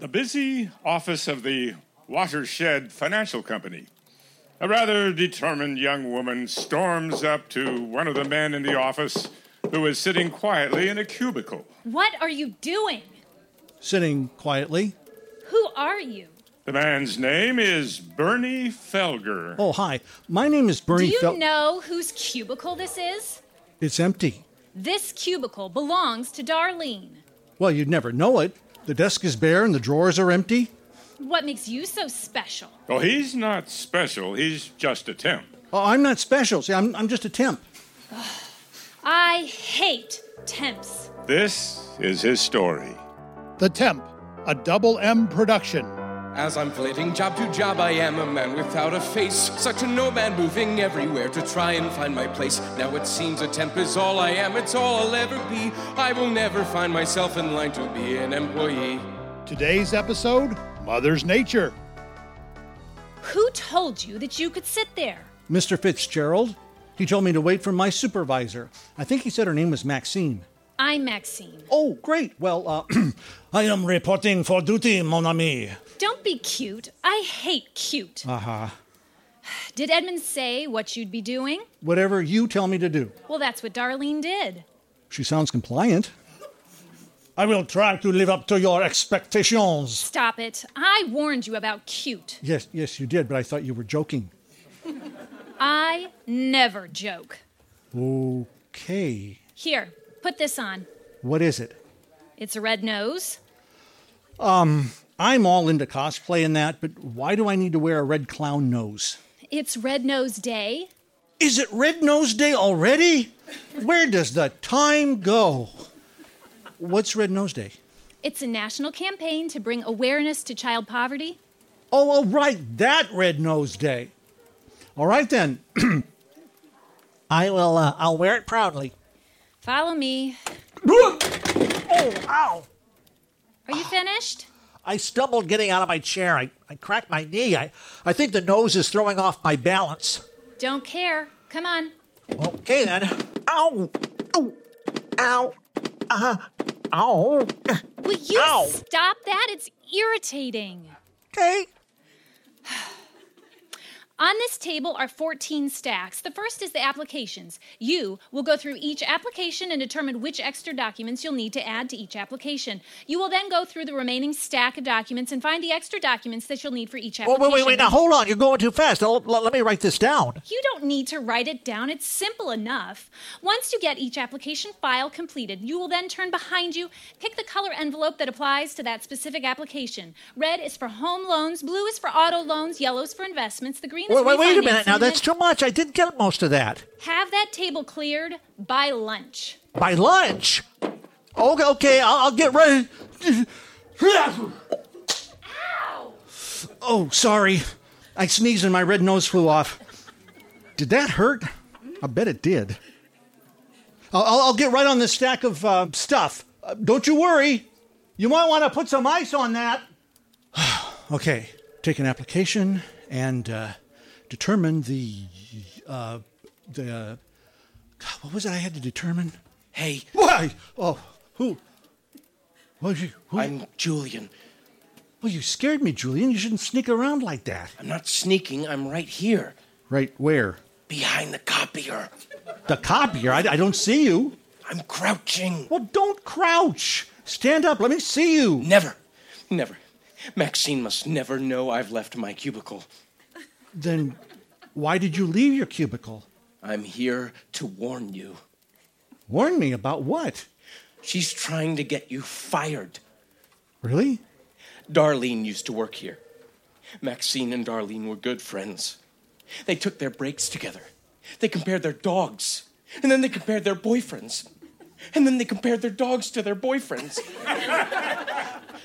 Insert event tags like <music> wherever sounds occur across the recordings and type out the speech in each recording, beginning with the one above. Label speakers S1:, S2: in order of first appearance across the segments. S1: the busy office of the Watershed Financial Company. A rather determined young woman storms up to one of the men in the office who is sitting quietly in a cubicle.
S2: What are you doing?
S3: Sitting quietly.
S2: Who are you?
S1: The man's name is Bernie Felger.
S3: Oh, hi. My name is
S2: Do
S3: Bernie
S2: you
S3: Fel-
S2: know whose cubicle this is?
S3: It's empty.
S2: This cubicle belongs to Darlene.
S3: Well, you'd never know it. The desk is bare and the drawers are empty.
S2: What makes you so special?
S1: Oh, he's not special, he's just a temp.
S3: Oh, I'm not special. See, I'm, I'm just a temp.
S2: I hate temps.
S1: This is his story.
S4: The Temp, a double M production.
S5: As I'm flitting job to job, I am a man without a face. Such a nomad moving everywhere to try and find my place. Now it seems a temp is all I am, it's all I'll ever be. I will never find myself in line to be an employee.
S4: Today's episode Mother's Nature.
S2: Who told you that you could sit there?
S3: Mr. Fitzgerald. He told me to wait for my supervisor. I think he said her name was Maxine.
S2: I'm Maxine.
S3: Oh, great. Well, uh, I am reporting for duty, mon ami.
S2: Don't be cute. I hate cute.
S3: Uh huh.
S2: Did Edmund say what you'd be doing?
S3: Whatever you tell me to do.
S2: Well, that's what Darlene did.
S3: She sounds compliant. I will try to live up to your expectations.
S2: Stop it. I warned you about cute. <laughs>
S3: Yes, yes, you did, but I thought you were joking.
S2: I never joke.
S3: Okay.
S2: Here, put this on.
S3: What is it?
S2: It's a red nose.
S3: Um, I'm all into cosplay and that, but why do I need to wear a red clown nose?
S2: It's Red Nose Day.
S3: Is it Red Nose Day already? Where does the time go? What's Red Nose Day?
S2: It's a national campaign to bring awareness to child poverty.
S3: Oh, all right, that Red Nose Day. All right then. <clears throat> I will. Uh, I'll wear it proudly.
S2: Follow me.
S3: oh, ow!
S2: Are you finished?
S3: I stumbled getting out of my chair. I, I cracked my knee. I, I think the nose is throwing off my balance.
S2: Don't care. Come on.
S3: Okay then. Ow! Ow! Ow! Uh, ow!
S2: Will you
S3: Ow.
S2: stop that? It's irritating.
S3: Okay.
S2: On this table are 14 stacks. The first is the applications. You will go through each application and determine which extra documents you'll need to add to each application. You will then go through the remaining stack of documents and find the extra documents that you'll need for each
S6: Wait,
S2: application.
S6: wait, wait, wait. Now, hold on. You're going too fast. L- l- let me write this down.
S2: You don't need to write it down, it's simple enough. Once you get each application file completed, you will then turn behind you, pick the color envelope that applies to that specific application. Red is for home loans, blue is for auto loans, yellow is for investments, the green is
S6: Wait,
S2: for
S6: wait, wait a
S2: refinancing,
S6: minute. Now,
S2: and
S6: that's
S2: then
S6: too much. I didn't get most of that.
S2: Have that table cleared by lunch.
S6: By lunch. Okay, okay. I'll, I'll get ready.
S3: Oh, sorry. I sneezed and my red nose flew off. Did that hurt? I bet it did. I'll, I'll, I'll get right on this stack of uh, stuff. Uh, don't you worry. You might want to put some ice on that. okay, take an application and uh, determine the uh, the uh, God, what was it I had to determine?
S7: Hey,
S3: Why? Oh, who? What you? Who?
S7: I'm Julian.
S3: well, you scared me, Julian. You shouldn't sneak around like that.
S7: I'm not sneaking, I'm right here,
S3: Right where?
S7: behind the copier.
S3: The copier. I, I don't see you.
S7: I'm crouching.
S3: Well, don't crouch. Stand up. Let me see you.
S7: Never, never. Maxine must never know I've left my cubicle.
S3: Then, why did you leave your cubicle?
S7: I'm here to warn you.
S3: Warn me about what?
S7: She's trying to get you fired.
S3: Really?
S7: Darlene used to work here. Maxine and Darlene were good friends. They took their breaks together. They compared their dogs. And then they compared their boyfriends. And then they compared their dogs to their
S3: <laughs>
S7: boyfriends.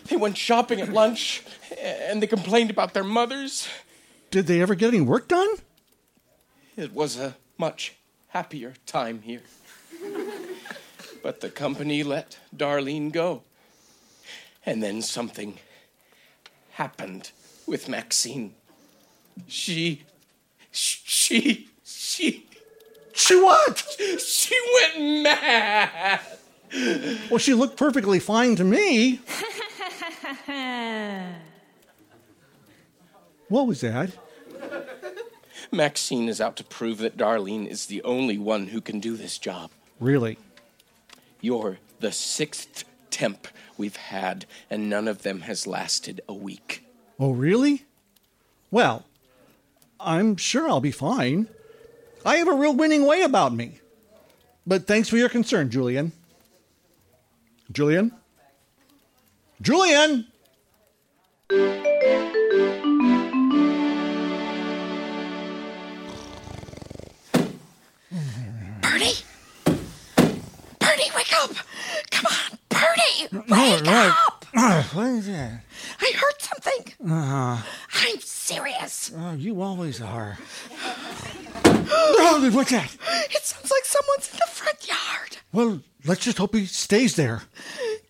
S7: they went shopping at lunch and they complained about their mothers.
S3: Did they ever get any work done?
S7: It was a much happier time here. but the company let Darlene go. And then something happened with Maxine. She. She. She.
S3: She what?
S7: She went mad.
S3: Well, she looked perfectly fine to me. What was that?
S7: Maxine is out to prove that Darlene is the only one who can do this job.
S3: Really?
S7: You're the sixth temp we've had, and none of them has lasted a week.
S3: Oh, really? Well, I'm sure I'll be fine. I have a real winning way about me. But thanks for your concern, Julian. Julian? Julian!
S8: Bernie? Bernie, wake up! Come on, Bernie! Wake up!
S3: <clears throat> What is that? Uh-huh.
S8: I heard something. I'm serious.
S3: Oh, you always are. oh, what's that?
S8: It sounds like someone's in the front yard.
S3: Well, let's just hope he stays there.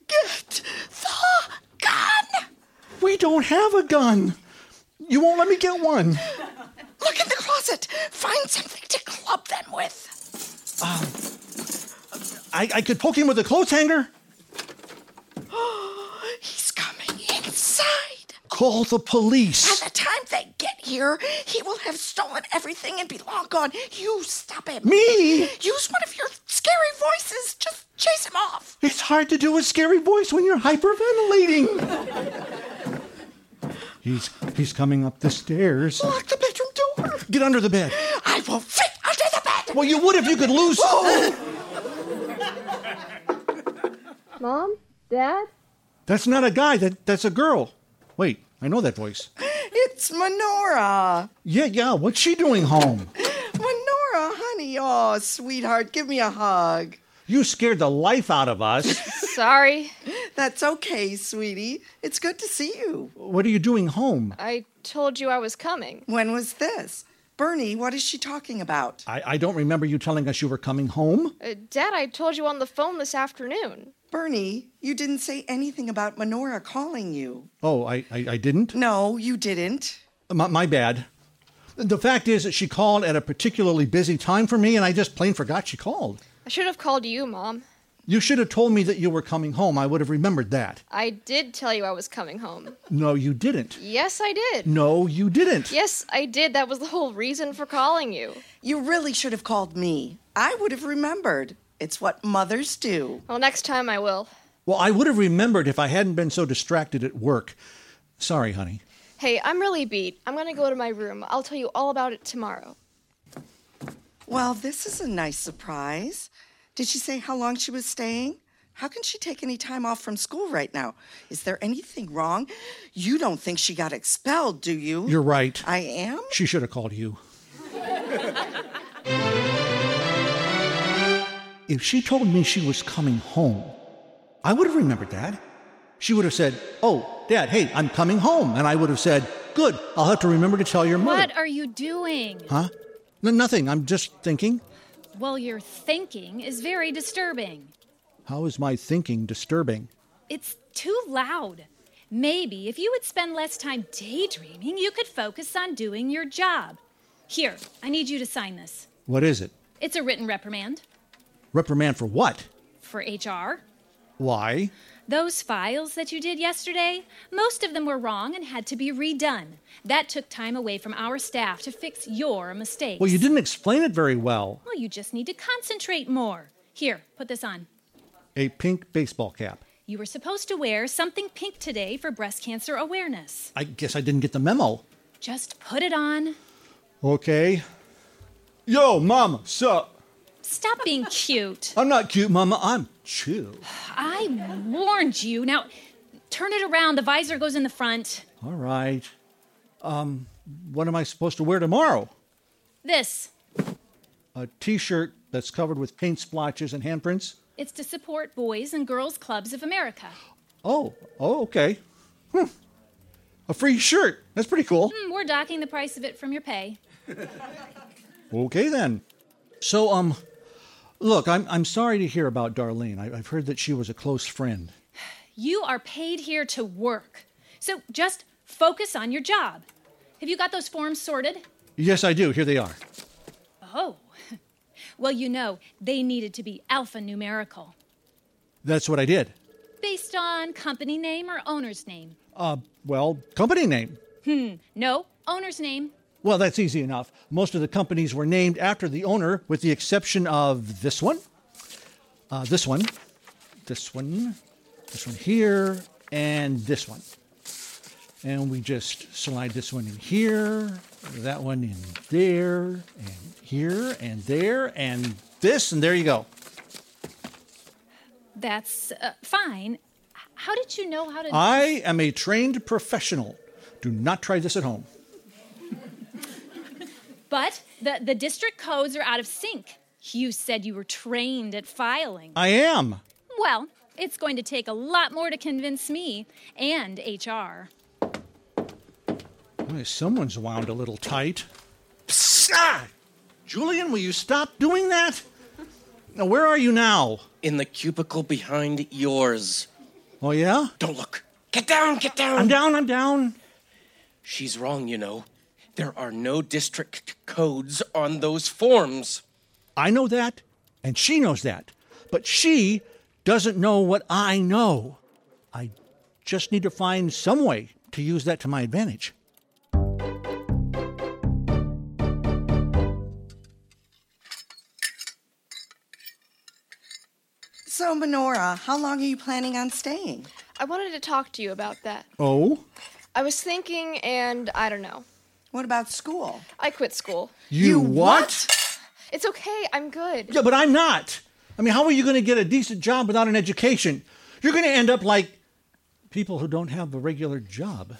S8: Get the gun!
S3: We don't have a gun. You won't let me get one.
S8: Look in the closet. Find something to club them with. <gasps>
S3: I, I could poke him with a clothes hanger.
S8: He's coming inside.
S3: Call the police.
S8: By the time they get here, he will have stolen everything and be long gone. You stop him.
S3: Me?
S8: Use one of your scary voices. Just chase him off.
S3: It's hard to do a scary voice when you're hyperventilating. he's he's coming up the stairs.
S8: Lock the bedroom door.
S3: Get under the bed.
S8: I will fit under the bed.
S3: Well, you would if you could lose.
S9: <laughs> Mom? Dad?
S3: That's not a guy. That that's a girl. Wait, I know that voice.
S10: <laughs> It's Menorah.
S3: Yeah, yeah. What's she doing home?
S10: Menorah, honey. Oh, sweetheart, give me a hug.
S3: You scared the life out of us.
S9: Sorry.
S10: That's okay, sweetie. It's good to see you.
S3: what are you doing home?
S9: I told you I was coming.
S10: When was this? Bernie, what is she talking about?
S3: I, I don't remember you telling us you were coming home.
S9: Uh, Dad, I told you on the phone this afternoon.
S10: Bernie, you didn't say anything about Menorah calling you.
S3: Oh, I I, I didn't. Uh,
S10: No, you didn't.
S3: My, my bad. The fact is that she called at a particularly busy time for me, and I just plain forgot she called.
S9: I should have called you, Mom.
S3: You should have told me that you were coming home. I would have remembered that.
S9: I did tell you I was coming home.
S3: No, you didn't.
S9: Yes, I did.
S3: No, you didn't.
S9: Yes, I did. That was the whole reason for calling you.
S10: You really should have called me. I would have remembered. It's what mothers do.
S9: Well, next time I will.
S3: Well, I would have remembered if I hadn't been so distracted at work. Sorry, honey.
S9: Hey, I'm really beat. I'm gonna go to my room. I'll tell you all about it tomorrow.
S10: Well, this is a nice surprise. Did she say how long she was staying? How can she take any time off from school right now? Is there anything wrong? You don't think she got expelled, do you?
S3: You're right.
S10: I am?
S3: She should have called you. if she told me she was coming home, I would have remembered that. She would have said, Oh, Dad, hey, I'm coming home. And I would have said, Good, I'll have to remember to tell your mother.
S2: What are you doing?
S3: Huh? No, nothing. I'm just thinking.
S2: Well, your thinking is very disturbing.
S3: How is my thinking disturbing?
S2: It's too loud. Maybe if you would spend less time daydreaming, you could focus on doing your job. Here, I need you to sign this.
S3: What is it?
S2: It's a written reprimand
S3: Reprimand for what?
S2: for HR.
S3: Why?
S2: Those files that you did yesterday, most of them were wrong and had to be redone. That took time away from our staff to fix your mistakes.
S3: Well, you didn't explain it very well.
S2: Well, you just need to concentrate more. Here, put this on.
S3: A pink baseball cap.
S2: You were supposed to wear something pink today for breast cancer awareness.
S3: I guess I didn't get the memo.
S2: Just put it on.
S3: Okay. Yo, Mama, sup?
S2: Stop
S3: <laughs>
S2: being cute.
S3: I'm not cute, Mama. I'm chill.
S2: I warned you. Now, turn it around. The visor goes in the front.
S3: All right. Um, what am I supposed to wear tomorrow?
S2: This.
S3: A t-shirt that's covered with paint splotches and handprints?
S2: It's to support Boys and Girls Clubs of America.
S3: Oh, oh, okay. Hmm. A free shirt. That's pretty cool.
S2: Hmm, We're docking the price of it from your pay.
S3: Okay then. So, um, look, I'm I'm sorry to hear about Darlene. I, I've heard that she was a close friend.
S2: You are paid here to work. So just focus on your job. Have you got those forms sorted?
S3: Yes, I do. Here they are.
S2: Oh. <laughs> Well, you know, they needed to be alphanumerical.
S3: That's what I did.
S2: Based on company name or owner's name?
S3: Uh, well, company name.
S2: Hmm, no, owner's name.
S3: Well, that's easy enough. Most of the companies were named after the owner, with the exception of this one, uh, this one, this one, this one here, and this one. And we just slide this one in here, that one in there, and here, and there, and this, and there you go.
S2: That's uh, fine. H- How did you know how to?
S3: I am a trained professional. Do not try this at home.
S2: But the, the district codes are out of sync. You said you were trained at filing.
S3: I am.
S2: Well, it's going to take a lot more to convince me and HR.
S3: Boy, someone's wound a little tight. Psst! Ah! Julian, will you stop doing that? Now, where are you now?
S7: In the cubicle behind yours.
S3: Oh, yeah?
S7: Don't look. Get down, get down.
S3: I'm down, I'm down.
S7: She's wrong, you know. There are no district codes on those forms.
S3: I know that, and she knows that. But she doesn't know what I know. I just need to find some way to use that to my advantage.
S10: So, Menorah, how long are you planning on staying?
S9: I wanted to talk to you about that.
S3: Oh?
S9: I was thinking, and I don't know.
S10: What about school?
S9: I quit school.
S3: You, what?
S9: It's okay. I'm good.
S3: Yeah, but I'm not. I mean, how are you going to get a decent job without an education? You're going to end up like people who don't have a regular job.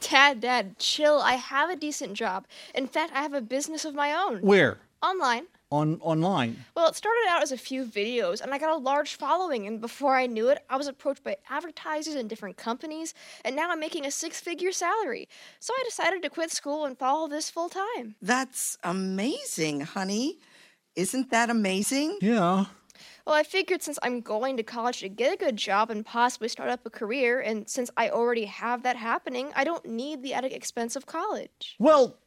S9: Dad, Dad, chill. I have a decent job. In fact, I have a business of my own.
S3: Where?
S9: Online.
S3: On online.
S9: Well, it started out as a few videos, and I got a large following. And before I knew it, I was approached by advertisers and different companies, and now I'm making a six figure salary. So I decided to quit school and follow this full time.
S10: That's amazing, honey. Isn't that amazing?
S3: Yeah.
S9: Well, I figured since I'm going to college to get a good job and possibly start up a career, and since I already have that happening, I don't need the added expense of college.
S3: Well,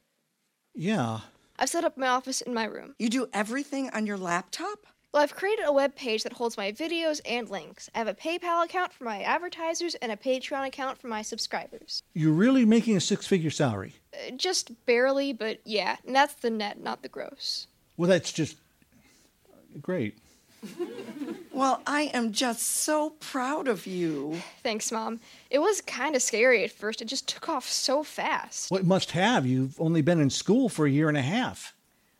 S3: yeah.
S9: I've set up my office in my room.
S10: You do everything on your laptop?
S9: Well, I've created a web page that holds my videos and links. I have a PayPal account for my advertisers and a Patreon account for my subscribers.
S3: You're really making a six figure salary.
S9: Uh, just barely, but yeah, and that's the net, not the gross.
S3: Well, that's just great.
S10: Well, I am just so proud of you.
S9: Thanks, Mom. It was kind of scary at first. It just took off so fast.
S3: Well, it must have. You've only been in school for a year and a half.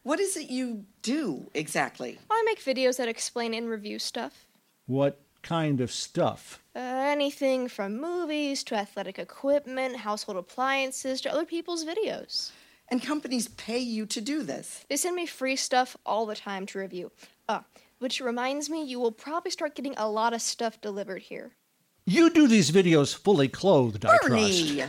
S10: What is it you do exactly?
S9: I make videos that explain and review stuff.
S3: What kind of stuff?
S9: Uh, anything from movies to athletic equipment, household appliances, to other people's videos.
S10: And companies pay you to do this.
S9: They send me free stuff all the time to review. Ah, which reminds me, you will probably start getting a lot of stuff delivered here.
S3: You do these videos fully clothed, I trust.
S10: Bernie!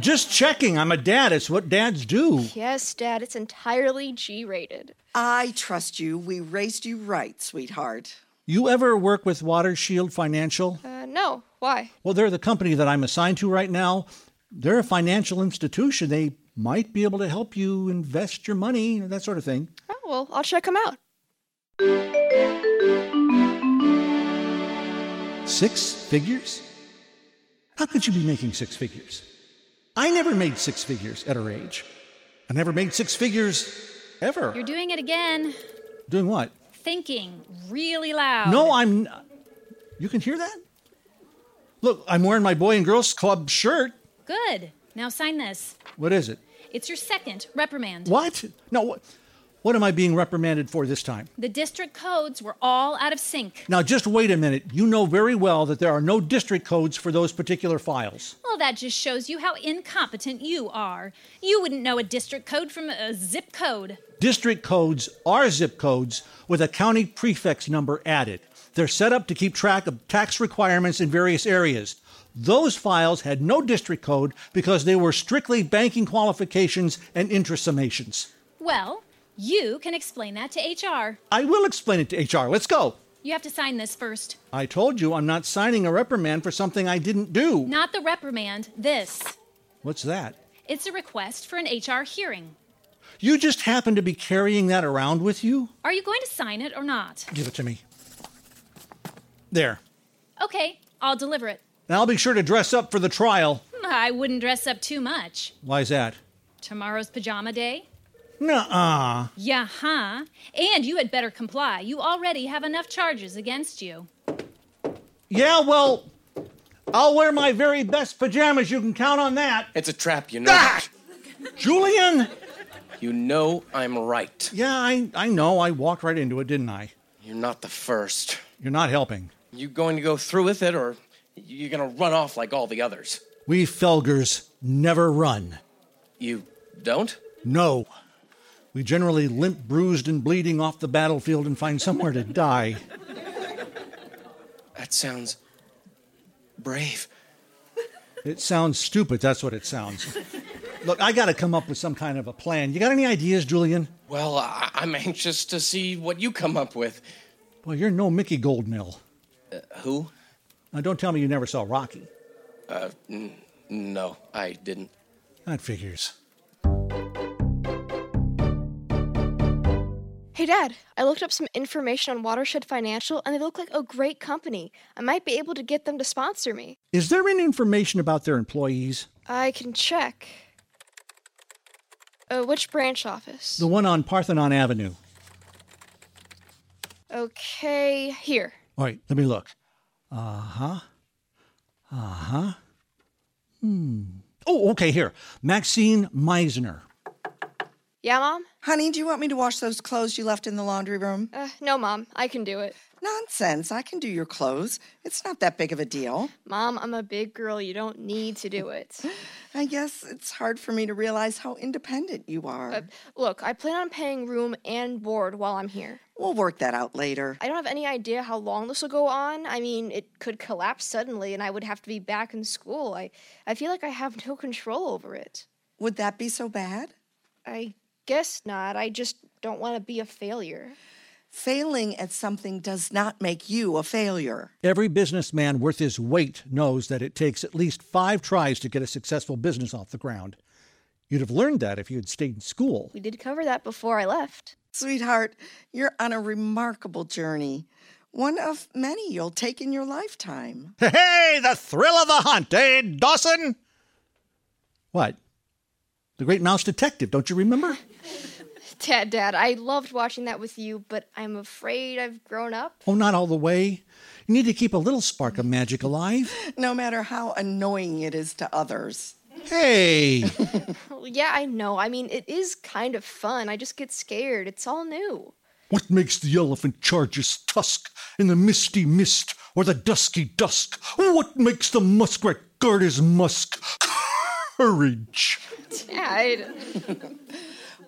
S3: Just checking. I'm a dad. It's what dads do.
S9: Yes, Dad, it's entirely G rated.
S10: I trust you. We raised you right, sweetheart.
S3: You ever work with Water Shield Financial?
S9: Uh, no, why?
S3: Well, they're the company that I'm assigned to right now. They're a financial institution. They might be able to help you invest your money, that sort of thing.
S9: Oh, well, I'll check them out.
S3: Six figures? How could you be making six figures? I never made six figures at her age. I never made six figures ever.
S2: You're doing it again.
S3: Doing what?
S2: Thinking really loud.
S3: No, I'm. n- You can hear that? Look, I'm wearing my Boy and Girls Club shirt.
S2: Good. Now sign this.
S3: What is it?
S2: It's your second reprimand.
S3: What? No, what, what am I being reprimanded for this time?
S2: The district codes were all out of sync.
S3: Now, just wait a minute. You know very well that there are no district codes for those particular files.
S2: Well, that just shows you how incompetent you are. You wouldn't know a district code from a zip code.
S3: District codes are zip codes with a county prefix number added. They're set up to keep track of tax requirements in various areas. Those files had no district code because they were strictly banking qualifications and interest summations.
S2: Well, you can explain that to HR.
S3: I will explain it to HR. Let's go.
S2: You have to sign this first.
S3: I told you I'm not signing a reprimand for something I didn't do.
S2: Not the reprimand, this.
S3: What's that?
S2: It's a request for an HR hearing.
S3: You just happen to be carrying that around with you?
S2: Are you going to sign it or not?
S3: Give it to me. There.
S2: Okay, I'll deliver it. Hmm,
S3: And I'll be sure to dress up for the trial.
S2: I wouldn't dress up too much.
S3: Why's that?
S2: Tomorrow's pajama day?
S3: Nuh-uh.
S2: Yeah, huh? And you had better comply. You already have enough charges against you.
S3: Yeah, well, I'll wear my very best pajamas. You can count on that.
S7: It's a trap, you know.
S3: Julian!
S7: You know I'm right.
S3: Yeah, I, I know. I walked right into it, didn't I?
S7: You're not the first.
S3: You're not helping.
S7: You going to go through with it, or you're going to run off like all the others?
S3: We Felgers never run.
S7: You don't?
S3: No. We generally limp, bruised, and bleeding off the battlefield and find somewhere to die.
S7: That sounds brave.
S3: It sounds stupid. That's what it sounds. Look, I got to come up with some kind of a plan. You got any ideas, Julian?
S7: Well, I- I'm anxious to see what you come up with.
S3: Boy, you're no Mickey Goldmill.
S7: Uh, who?
S3: Now, don't tell me you never saw Rocky.
S7: Uh, n- no, I didn't.
S3: That figures.
S9: Hey, Dad, I looked up some information on Watershed Financial, and they look like a great company. I might be able to get them to sponsor me.
S3: Is there any information about their employees?
S9: I can check. Uh, which branch office?
S3: The one on Parthenon Avenue.
S9: Okay, here.
S3: All right, let me look. Uh huh. Uh huh. Hmm. Oh, okay, here. Maxine Meisner.
S9: Yeah, Mom?
S10: Honey, do you want me to wash those clothes you left in the laundry room?
S9: Uh, no, Mom, I can do it.
S10: Nonsense. I can do your clothes. It's not that big of a deal.
S9: Mom, I'm a big girl. You don't need to do it.
S10: <laughs> I guess it's hard for me to realize how independent you are.
S9: Uh, look, I plan on paying room and board while I'm here.
S10: we'll work that out later.
S9: I don't have any idea how long this will go on. I mean, it could collapse suddenly and I would have to be back in school. I, I feel like I have no control over it.
S10: Would that be so bad?
S9: I guess not. I just don't want to be a failure.
S10: Failing at something does not make you a failure.
S3: Every businessman worth his weight knows that it takes at least five tries to get a successful business off the ground. You'd have learned that if you had stayed in school.
S9: We did cover that before I left.
S10: Sweetheart, you're on a remarkable journey, one of many you'll take in your lifetime.
S3: Hey, the thrill of the hunt, eh, Dawson? What? The Great Mouse Detective, don't you remember?
S9: Dad, Dad, I loved watching that with you, but I'm afraid I've grown up.
S3: Oh, not all the way. You need to keep a little spark of magic alive.
S10: No matter how annoying it is to others.
S3: Hey!
S9: Well, yeah, I know. I mean, it is kind of fun. I just get scared. It's all new.
S3: What makes the elephant charge his tusk in the misty mist or the dusky dusk? What makes the muskrat guard his musk? <laughs> Courage.
S9: <laughs> Dad.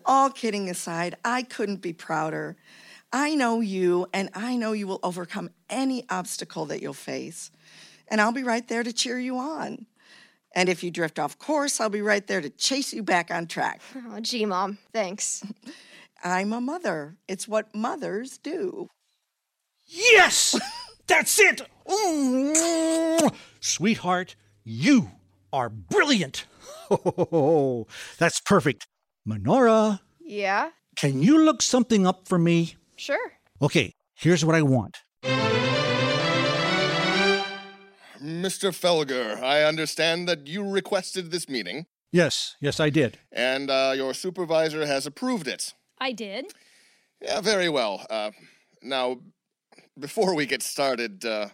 S10: All kidding aside, I couldn't be prouder. I know you, and I know you will overcome any obstacle that you'll face. And I'll be right there to cheer you on. And if you drift off course, I'll be right there to chase you back on track.
S9: Oh, gee, Mom. Thanks.
S10: <laughs> I'm a mother. It's what mothers do.
S3: Yes! That's it! Mm. Sweetheart, you are brilliant. Oh, <laughs> that's perfect. Minora,
S9: Yeah,
S3: can you look something up for me?
S9: sure.
S3: Okay, here's what I want.
S11: Mr. Felger, I understand that you requested this meeting,
S3: Yes, yes, I did.
S11: and uh, your supervisor has approved it.
S2: I did.
S11: Yeah, very well. Uh, now, before we get started, uh,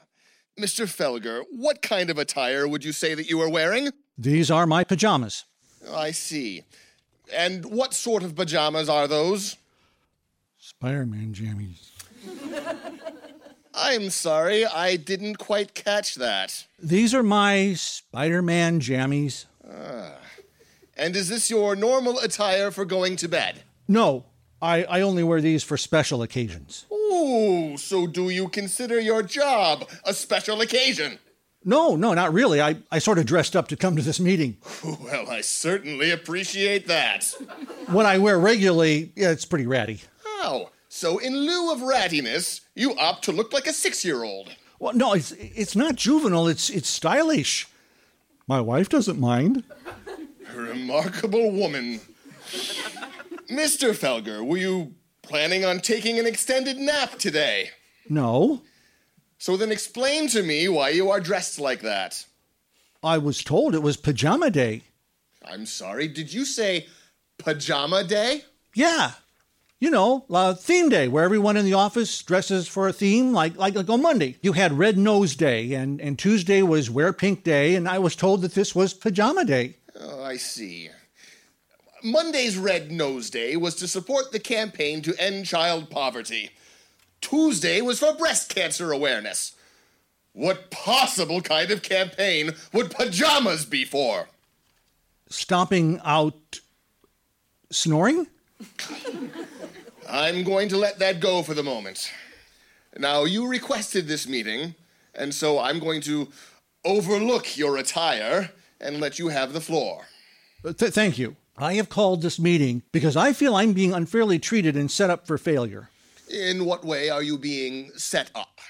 S11: Mr. Felger, what kind of attire would you say that you are wearing?
S3: These are my pajamas.
S11: I see. And what sort of pajamas are those?
S3: Spider Man jammies.
S11: I'm sorry, I didn't quite catch that.
S3: These are my Spider Man jammies.
S11: Ah. And is this your normal attire for going to bed?
S3: No, I, I only wear these for special occasions.
S11: Ooh, so do you consider your job a special occasion?
S3: No, no, not really. I, I sort of dressed up to come to this <laughs> meeting.
S11: Well, I certainly appreciate that.
S3: What I wear regularly, yeah, it's pretty ratty.
S11: How? So, in lieu of rattiness, you opt to look like a six year old.
S3: Well, no, it's it's not juvenile. It's it's stylish. My wife doesn't mind.
S11: Remarkable woman. Mr. Felger, were you planning on taking an extended nap today?
S3: No,
S11: So then explain to me why you are dressed like that.
S3: I was told it was pajama day.
S11: I'm sorry, did you say pajama day?
S3: Yeah. You know, uh, theme day, where everyone in the office dresses for a theme, like, like, like on Monday. You had Red Nose Day, and, and Tuesday was Wear Pink Day, and I was told that this was Pajama Day.
S11: Oh, I see. Monday's Red Nose Day was to support the campaign to end child poverty. Tuesday was for breast cancer awareness. What possible kind of campaign would pajamas be for?
S3: Stomping out snoring?
S11: I'm going to let that go for the moment. Now, you requested this meeting, and so I'm going to overlook your attire and let you have the floor.
S3: Uh, th- thank you. I have called this meeting because I feel I'm being unfairly treated and set up for failure.
S11: In what way are you being set up?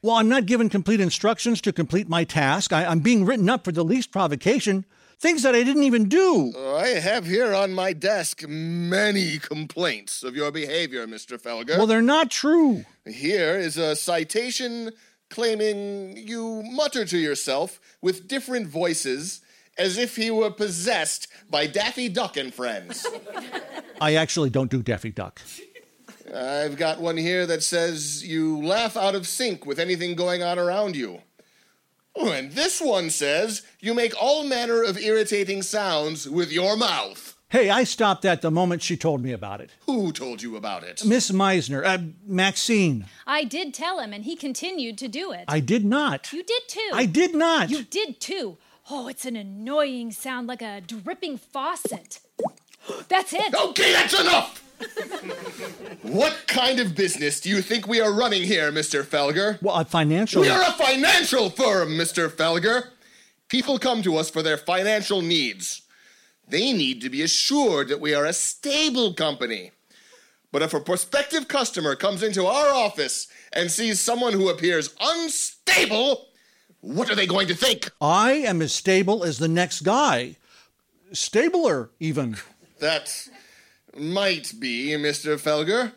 S3: While I'm not given complete instructions to complete my task, I, am being written up for the least provocation, things that I didn't even do.
S11: I have here on my desk many complaints of your behavior, Mr. Felger.
S3: Well, they're not true.
S11: Here is a citation claiming you mutter to yourself with different voices as if he were possessed by Daffy Duck and
S3: <laughs>
S11: friends.
S3: I actually don't do Daffy Duck.
S11: I've got one here that says you laugh out of sync with anything going on around you. Oh, and this one says you make all manner of irritating sounds with your mouth.
S3: Hey, I stopped that the moment she told me about it.
S11: Who told you about it?
S3: Miss Meisner, uh, Maxine.
S2: I did tell him, and he continued to do it.
S3: I did not.
S2: You did too.
S3: I did not.
S2: You did too. Oh, it's an annoying sound like a dripping faucet. <gasps> That's it.
S11: Okay, that's enough! <laughs> what kind of business do you think we are running here, Mr. Felger?
S3: Well, a financial.
S11: We are a financial firm, Mr. Felger. People come to us for their financial needs. They need to be assured that we are a stable company. But if a prospective customer comes into our office and sees someone who appears unstable, what are they going to think?
S3: I am as stable as the next guy. Stabler, even.
S11: That might be, Mr. Felger,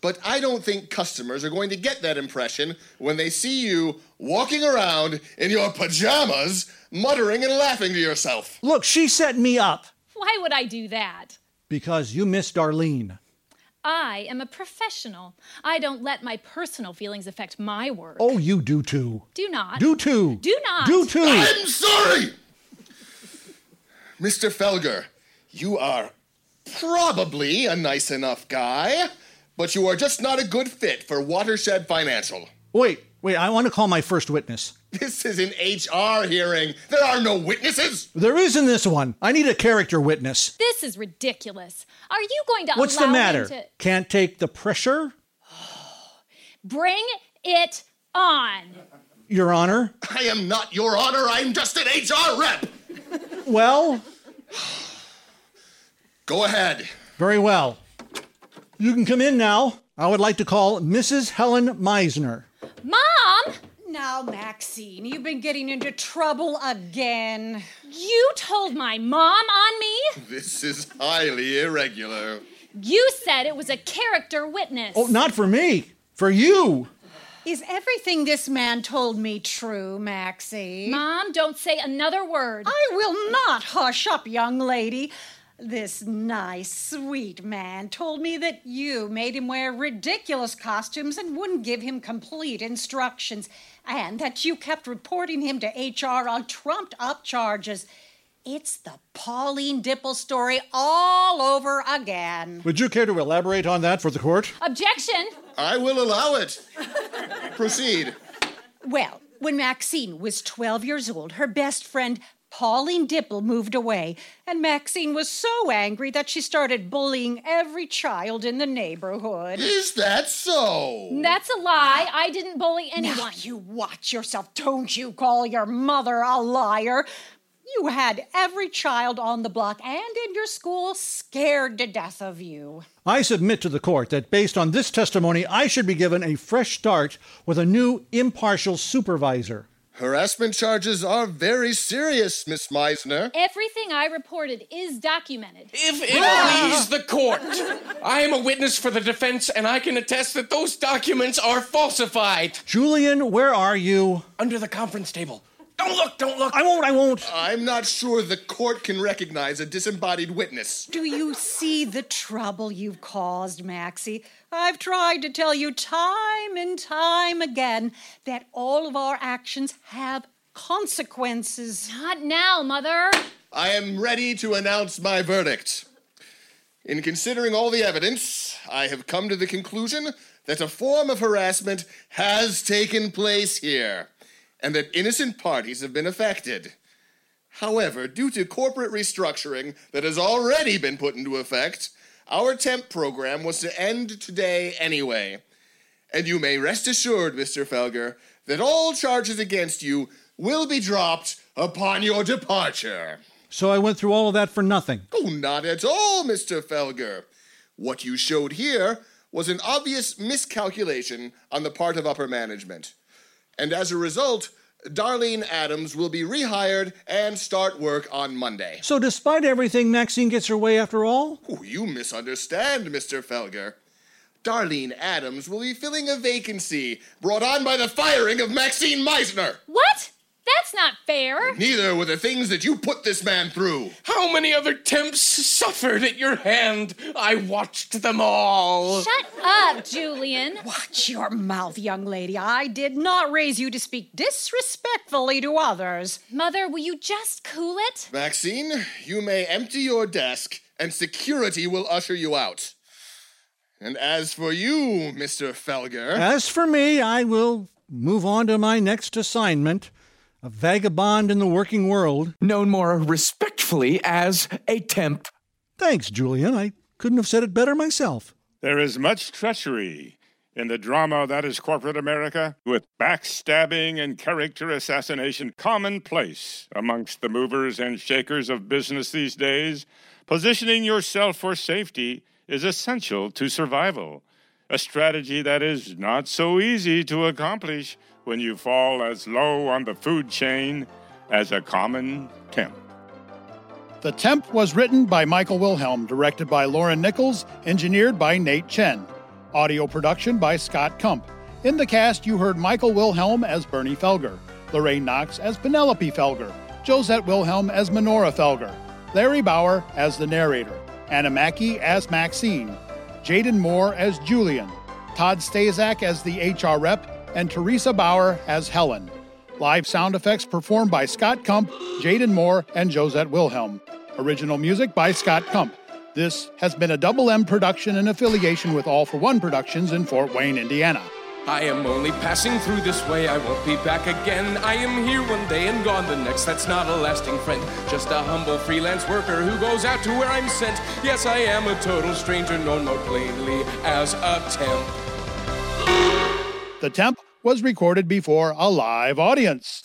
S11: but I don't think customers are going to get that impression when they see you walking around in your pajamas, muttering and laughing to yourself.
S3: Look, she set me up.
S2: Why would I do that?
S3: Because you missed Darlene.
S2: I am a professional. I don't let my personal feelings affect my work.
S3: Oh, you do too.
S2: Do not.
S3: Do too.
S2: Do not.
S3: Do too.
S11: I'm sorry! Mr. Felger, you are probably a nice enough guy, but you are just not a good fit for Watershed Financial.
S3: Wait, wait, I want to call my first witness.
S11: This is an HR hearing. There are no witnesses.
S3: There is in this one. I need a character witness.
S2: This is ridiculous. Are you going to
S3: What's
S2: allow
S3: the matter?
S2: him to
S3: Can't take the pressure?
S2: bring it on?
S3: Your Honor?
S11: I am not your honor. I'm just an HR rep.
S3: Well,
S11: Go ahead.
S3: very well. You can come in now. I would like to call Mrs. Helen Meisner.
S2: Mom,
S12: Now, Maxine, you've been getting into trouble again.
S2: you told my mom on me.
S11: This is highly irregular.
S2: You said it was a character witness.
S3: Oh, not for me, for you.
S12: Is everything this man told me true, Maxie?
S2: Mom, don't say another word.
S12: I will not hush up, young lady. This nice, sweet man told me that you made him wear ridiculous costumes and wouldn't give him complete instructions, and that you kept reporting him to HR on trumped up charges. It's the Pauline Dipple story all over again.
S3: Would you care to elaborate on that for the court?
S2: Objection.
S11: I will allow it. Proceed.
S12: Well, when Maxine was 12 years old, her best friend Pauline Dipple moved away, and Maxine was so angry that she started bullying every child in the neighborhood.
S11: Is that so?
S2: That's a lie. I didn't bully
S12: Now,
S2: anyone.
S12: you watch yourself. Don't you call your mother a liar. You had every child on the block and in your school scared to death of you.
S3: I submit to the court that based on this testimony, I should be given a fresh start with a new impartial supervisor.
S11: Harassment charges are very serious, Miss Meisner.
S2: Everything everything I reported is documented.
S5: If it please the court, I am a witness for the defense, and I can attest that those documents are falsified.
S3: Julian, where are you?
S5: Under the conference table. Don't look, don't look.
S3: I won't, I won't.
S11: I'm not sure the court can recognize a disembodied witness.
S12: Do you see the trouble you've caused, Maxie? I've tried to tell you time and time again that all of our actions have consequences.
S2: Not now, Mother.
S11: I am ready to announce my verdict. In considering all the evidence, I have come to the conclusion that a form of harassment has taken place here and that innocent parties have been affected. However, due to corporate restructuring that has already been put into effect, our temp program was to end today anyway. And you may rest assured, Mr. Felger, that all charges against you will be dropped upon your departure.
S3: So I went through all of that for nothing.
S11: Oh, not at all, Mr. Felger. What you showed here was an obvious miscalculation on the part of upper management. And as a result, Darlene Adams will be rehired and start work on Monday.
S3: So despite everything, Maxine gets her way after all?
S11: Oh, you misunderstand, Mr. Felger. Darlene Adams will be filling a vacancy brought on by the firing of Maxine Meisner.
S2: What? That's not fair.
S11: Neither were the things that you put this man through.
S5: How many other temps suffered at your hand? I watched them all.
S2: Shut up, Julian.
S12: Watch your mouth, young lady. I did not raise you to speak disrespectfully to others.
S2: Mother, will you just cool it?
S11: Maxine, you may empty your desk, and security will usher you out. And as for you, Mr. Felger.
S3: As for me, I will move on to my next assignment a vagabond in the working world.
S13: Known more respectfully as a temp.
S3: Thanks, Julian. I couldn't have said it better myself.
S1: There is much treachery in the drama that is corporate America, with backstabbing and character assassination commonplace amongst the movers and shakers of business these days. Positioning yourself for safety is essential to survival, a strategy that is not so easy to accomplish when you fall as low on the food chain as a common temp.
S4: The Temp was written by Michael Wilhelm, directed by Lauren Nichols, engineered by Nate Chen. Audio production by Scott Kump. In the cast, you heard Michael Wilhelm as Bernie Felger, Lorraine Knox as Penelope Felger, Josette Wilhelm as Minora Felger, Larry Bauer as the narrator, Anna Mackey as Maxine, Jaden Moore as Julian, Todd Stazak as the HR rep, and Teresa Bauer as Helen. Live sound effects performed by Scott Kump, Jaden Moore, and Josette Wilhelm. Original music by Scott Kump. This has been a Double M production in affiliation with All for One Productions in Fort Wayne, Indiana.
S5: I am only passing through this way, I won't be back again. I am here one day and gone the next, that's not a lasting friend. Just a humble freelance worker who goes out to where I'm sent. Yes, I am a total stranger, known more plainly as a temp.
S4: The temp was recorded before a live audience.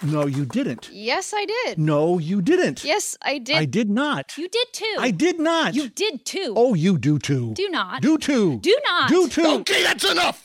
S3: No, you didn't.
S9: Yes, I did.
S3: No, you didn't.
S9: Yes, I did.
S3: I did not.
S2: You did too.
S3: I did not.
S2: You did too.
S3: Oh, you do too.
S2: Do not.
S3: Do too.
S2: Do not.
S3: Do too.
S11: Okay, that's enough.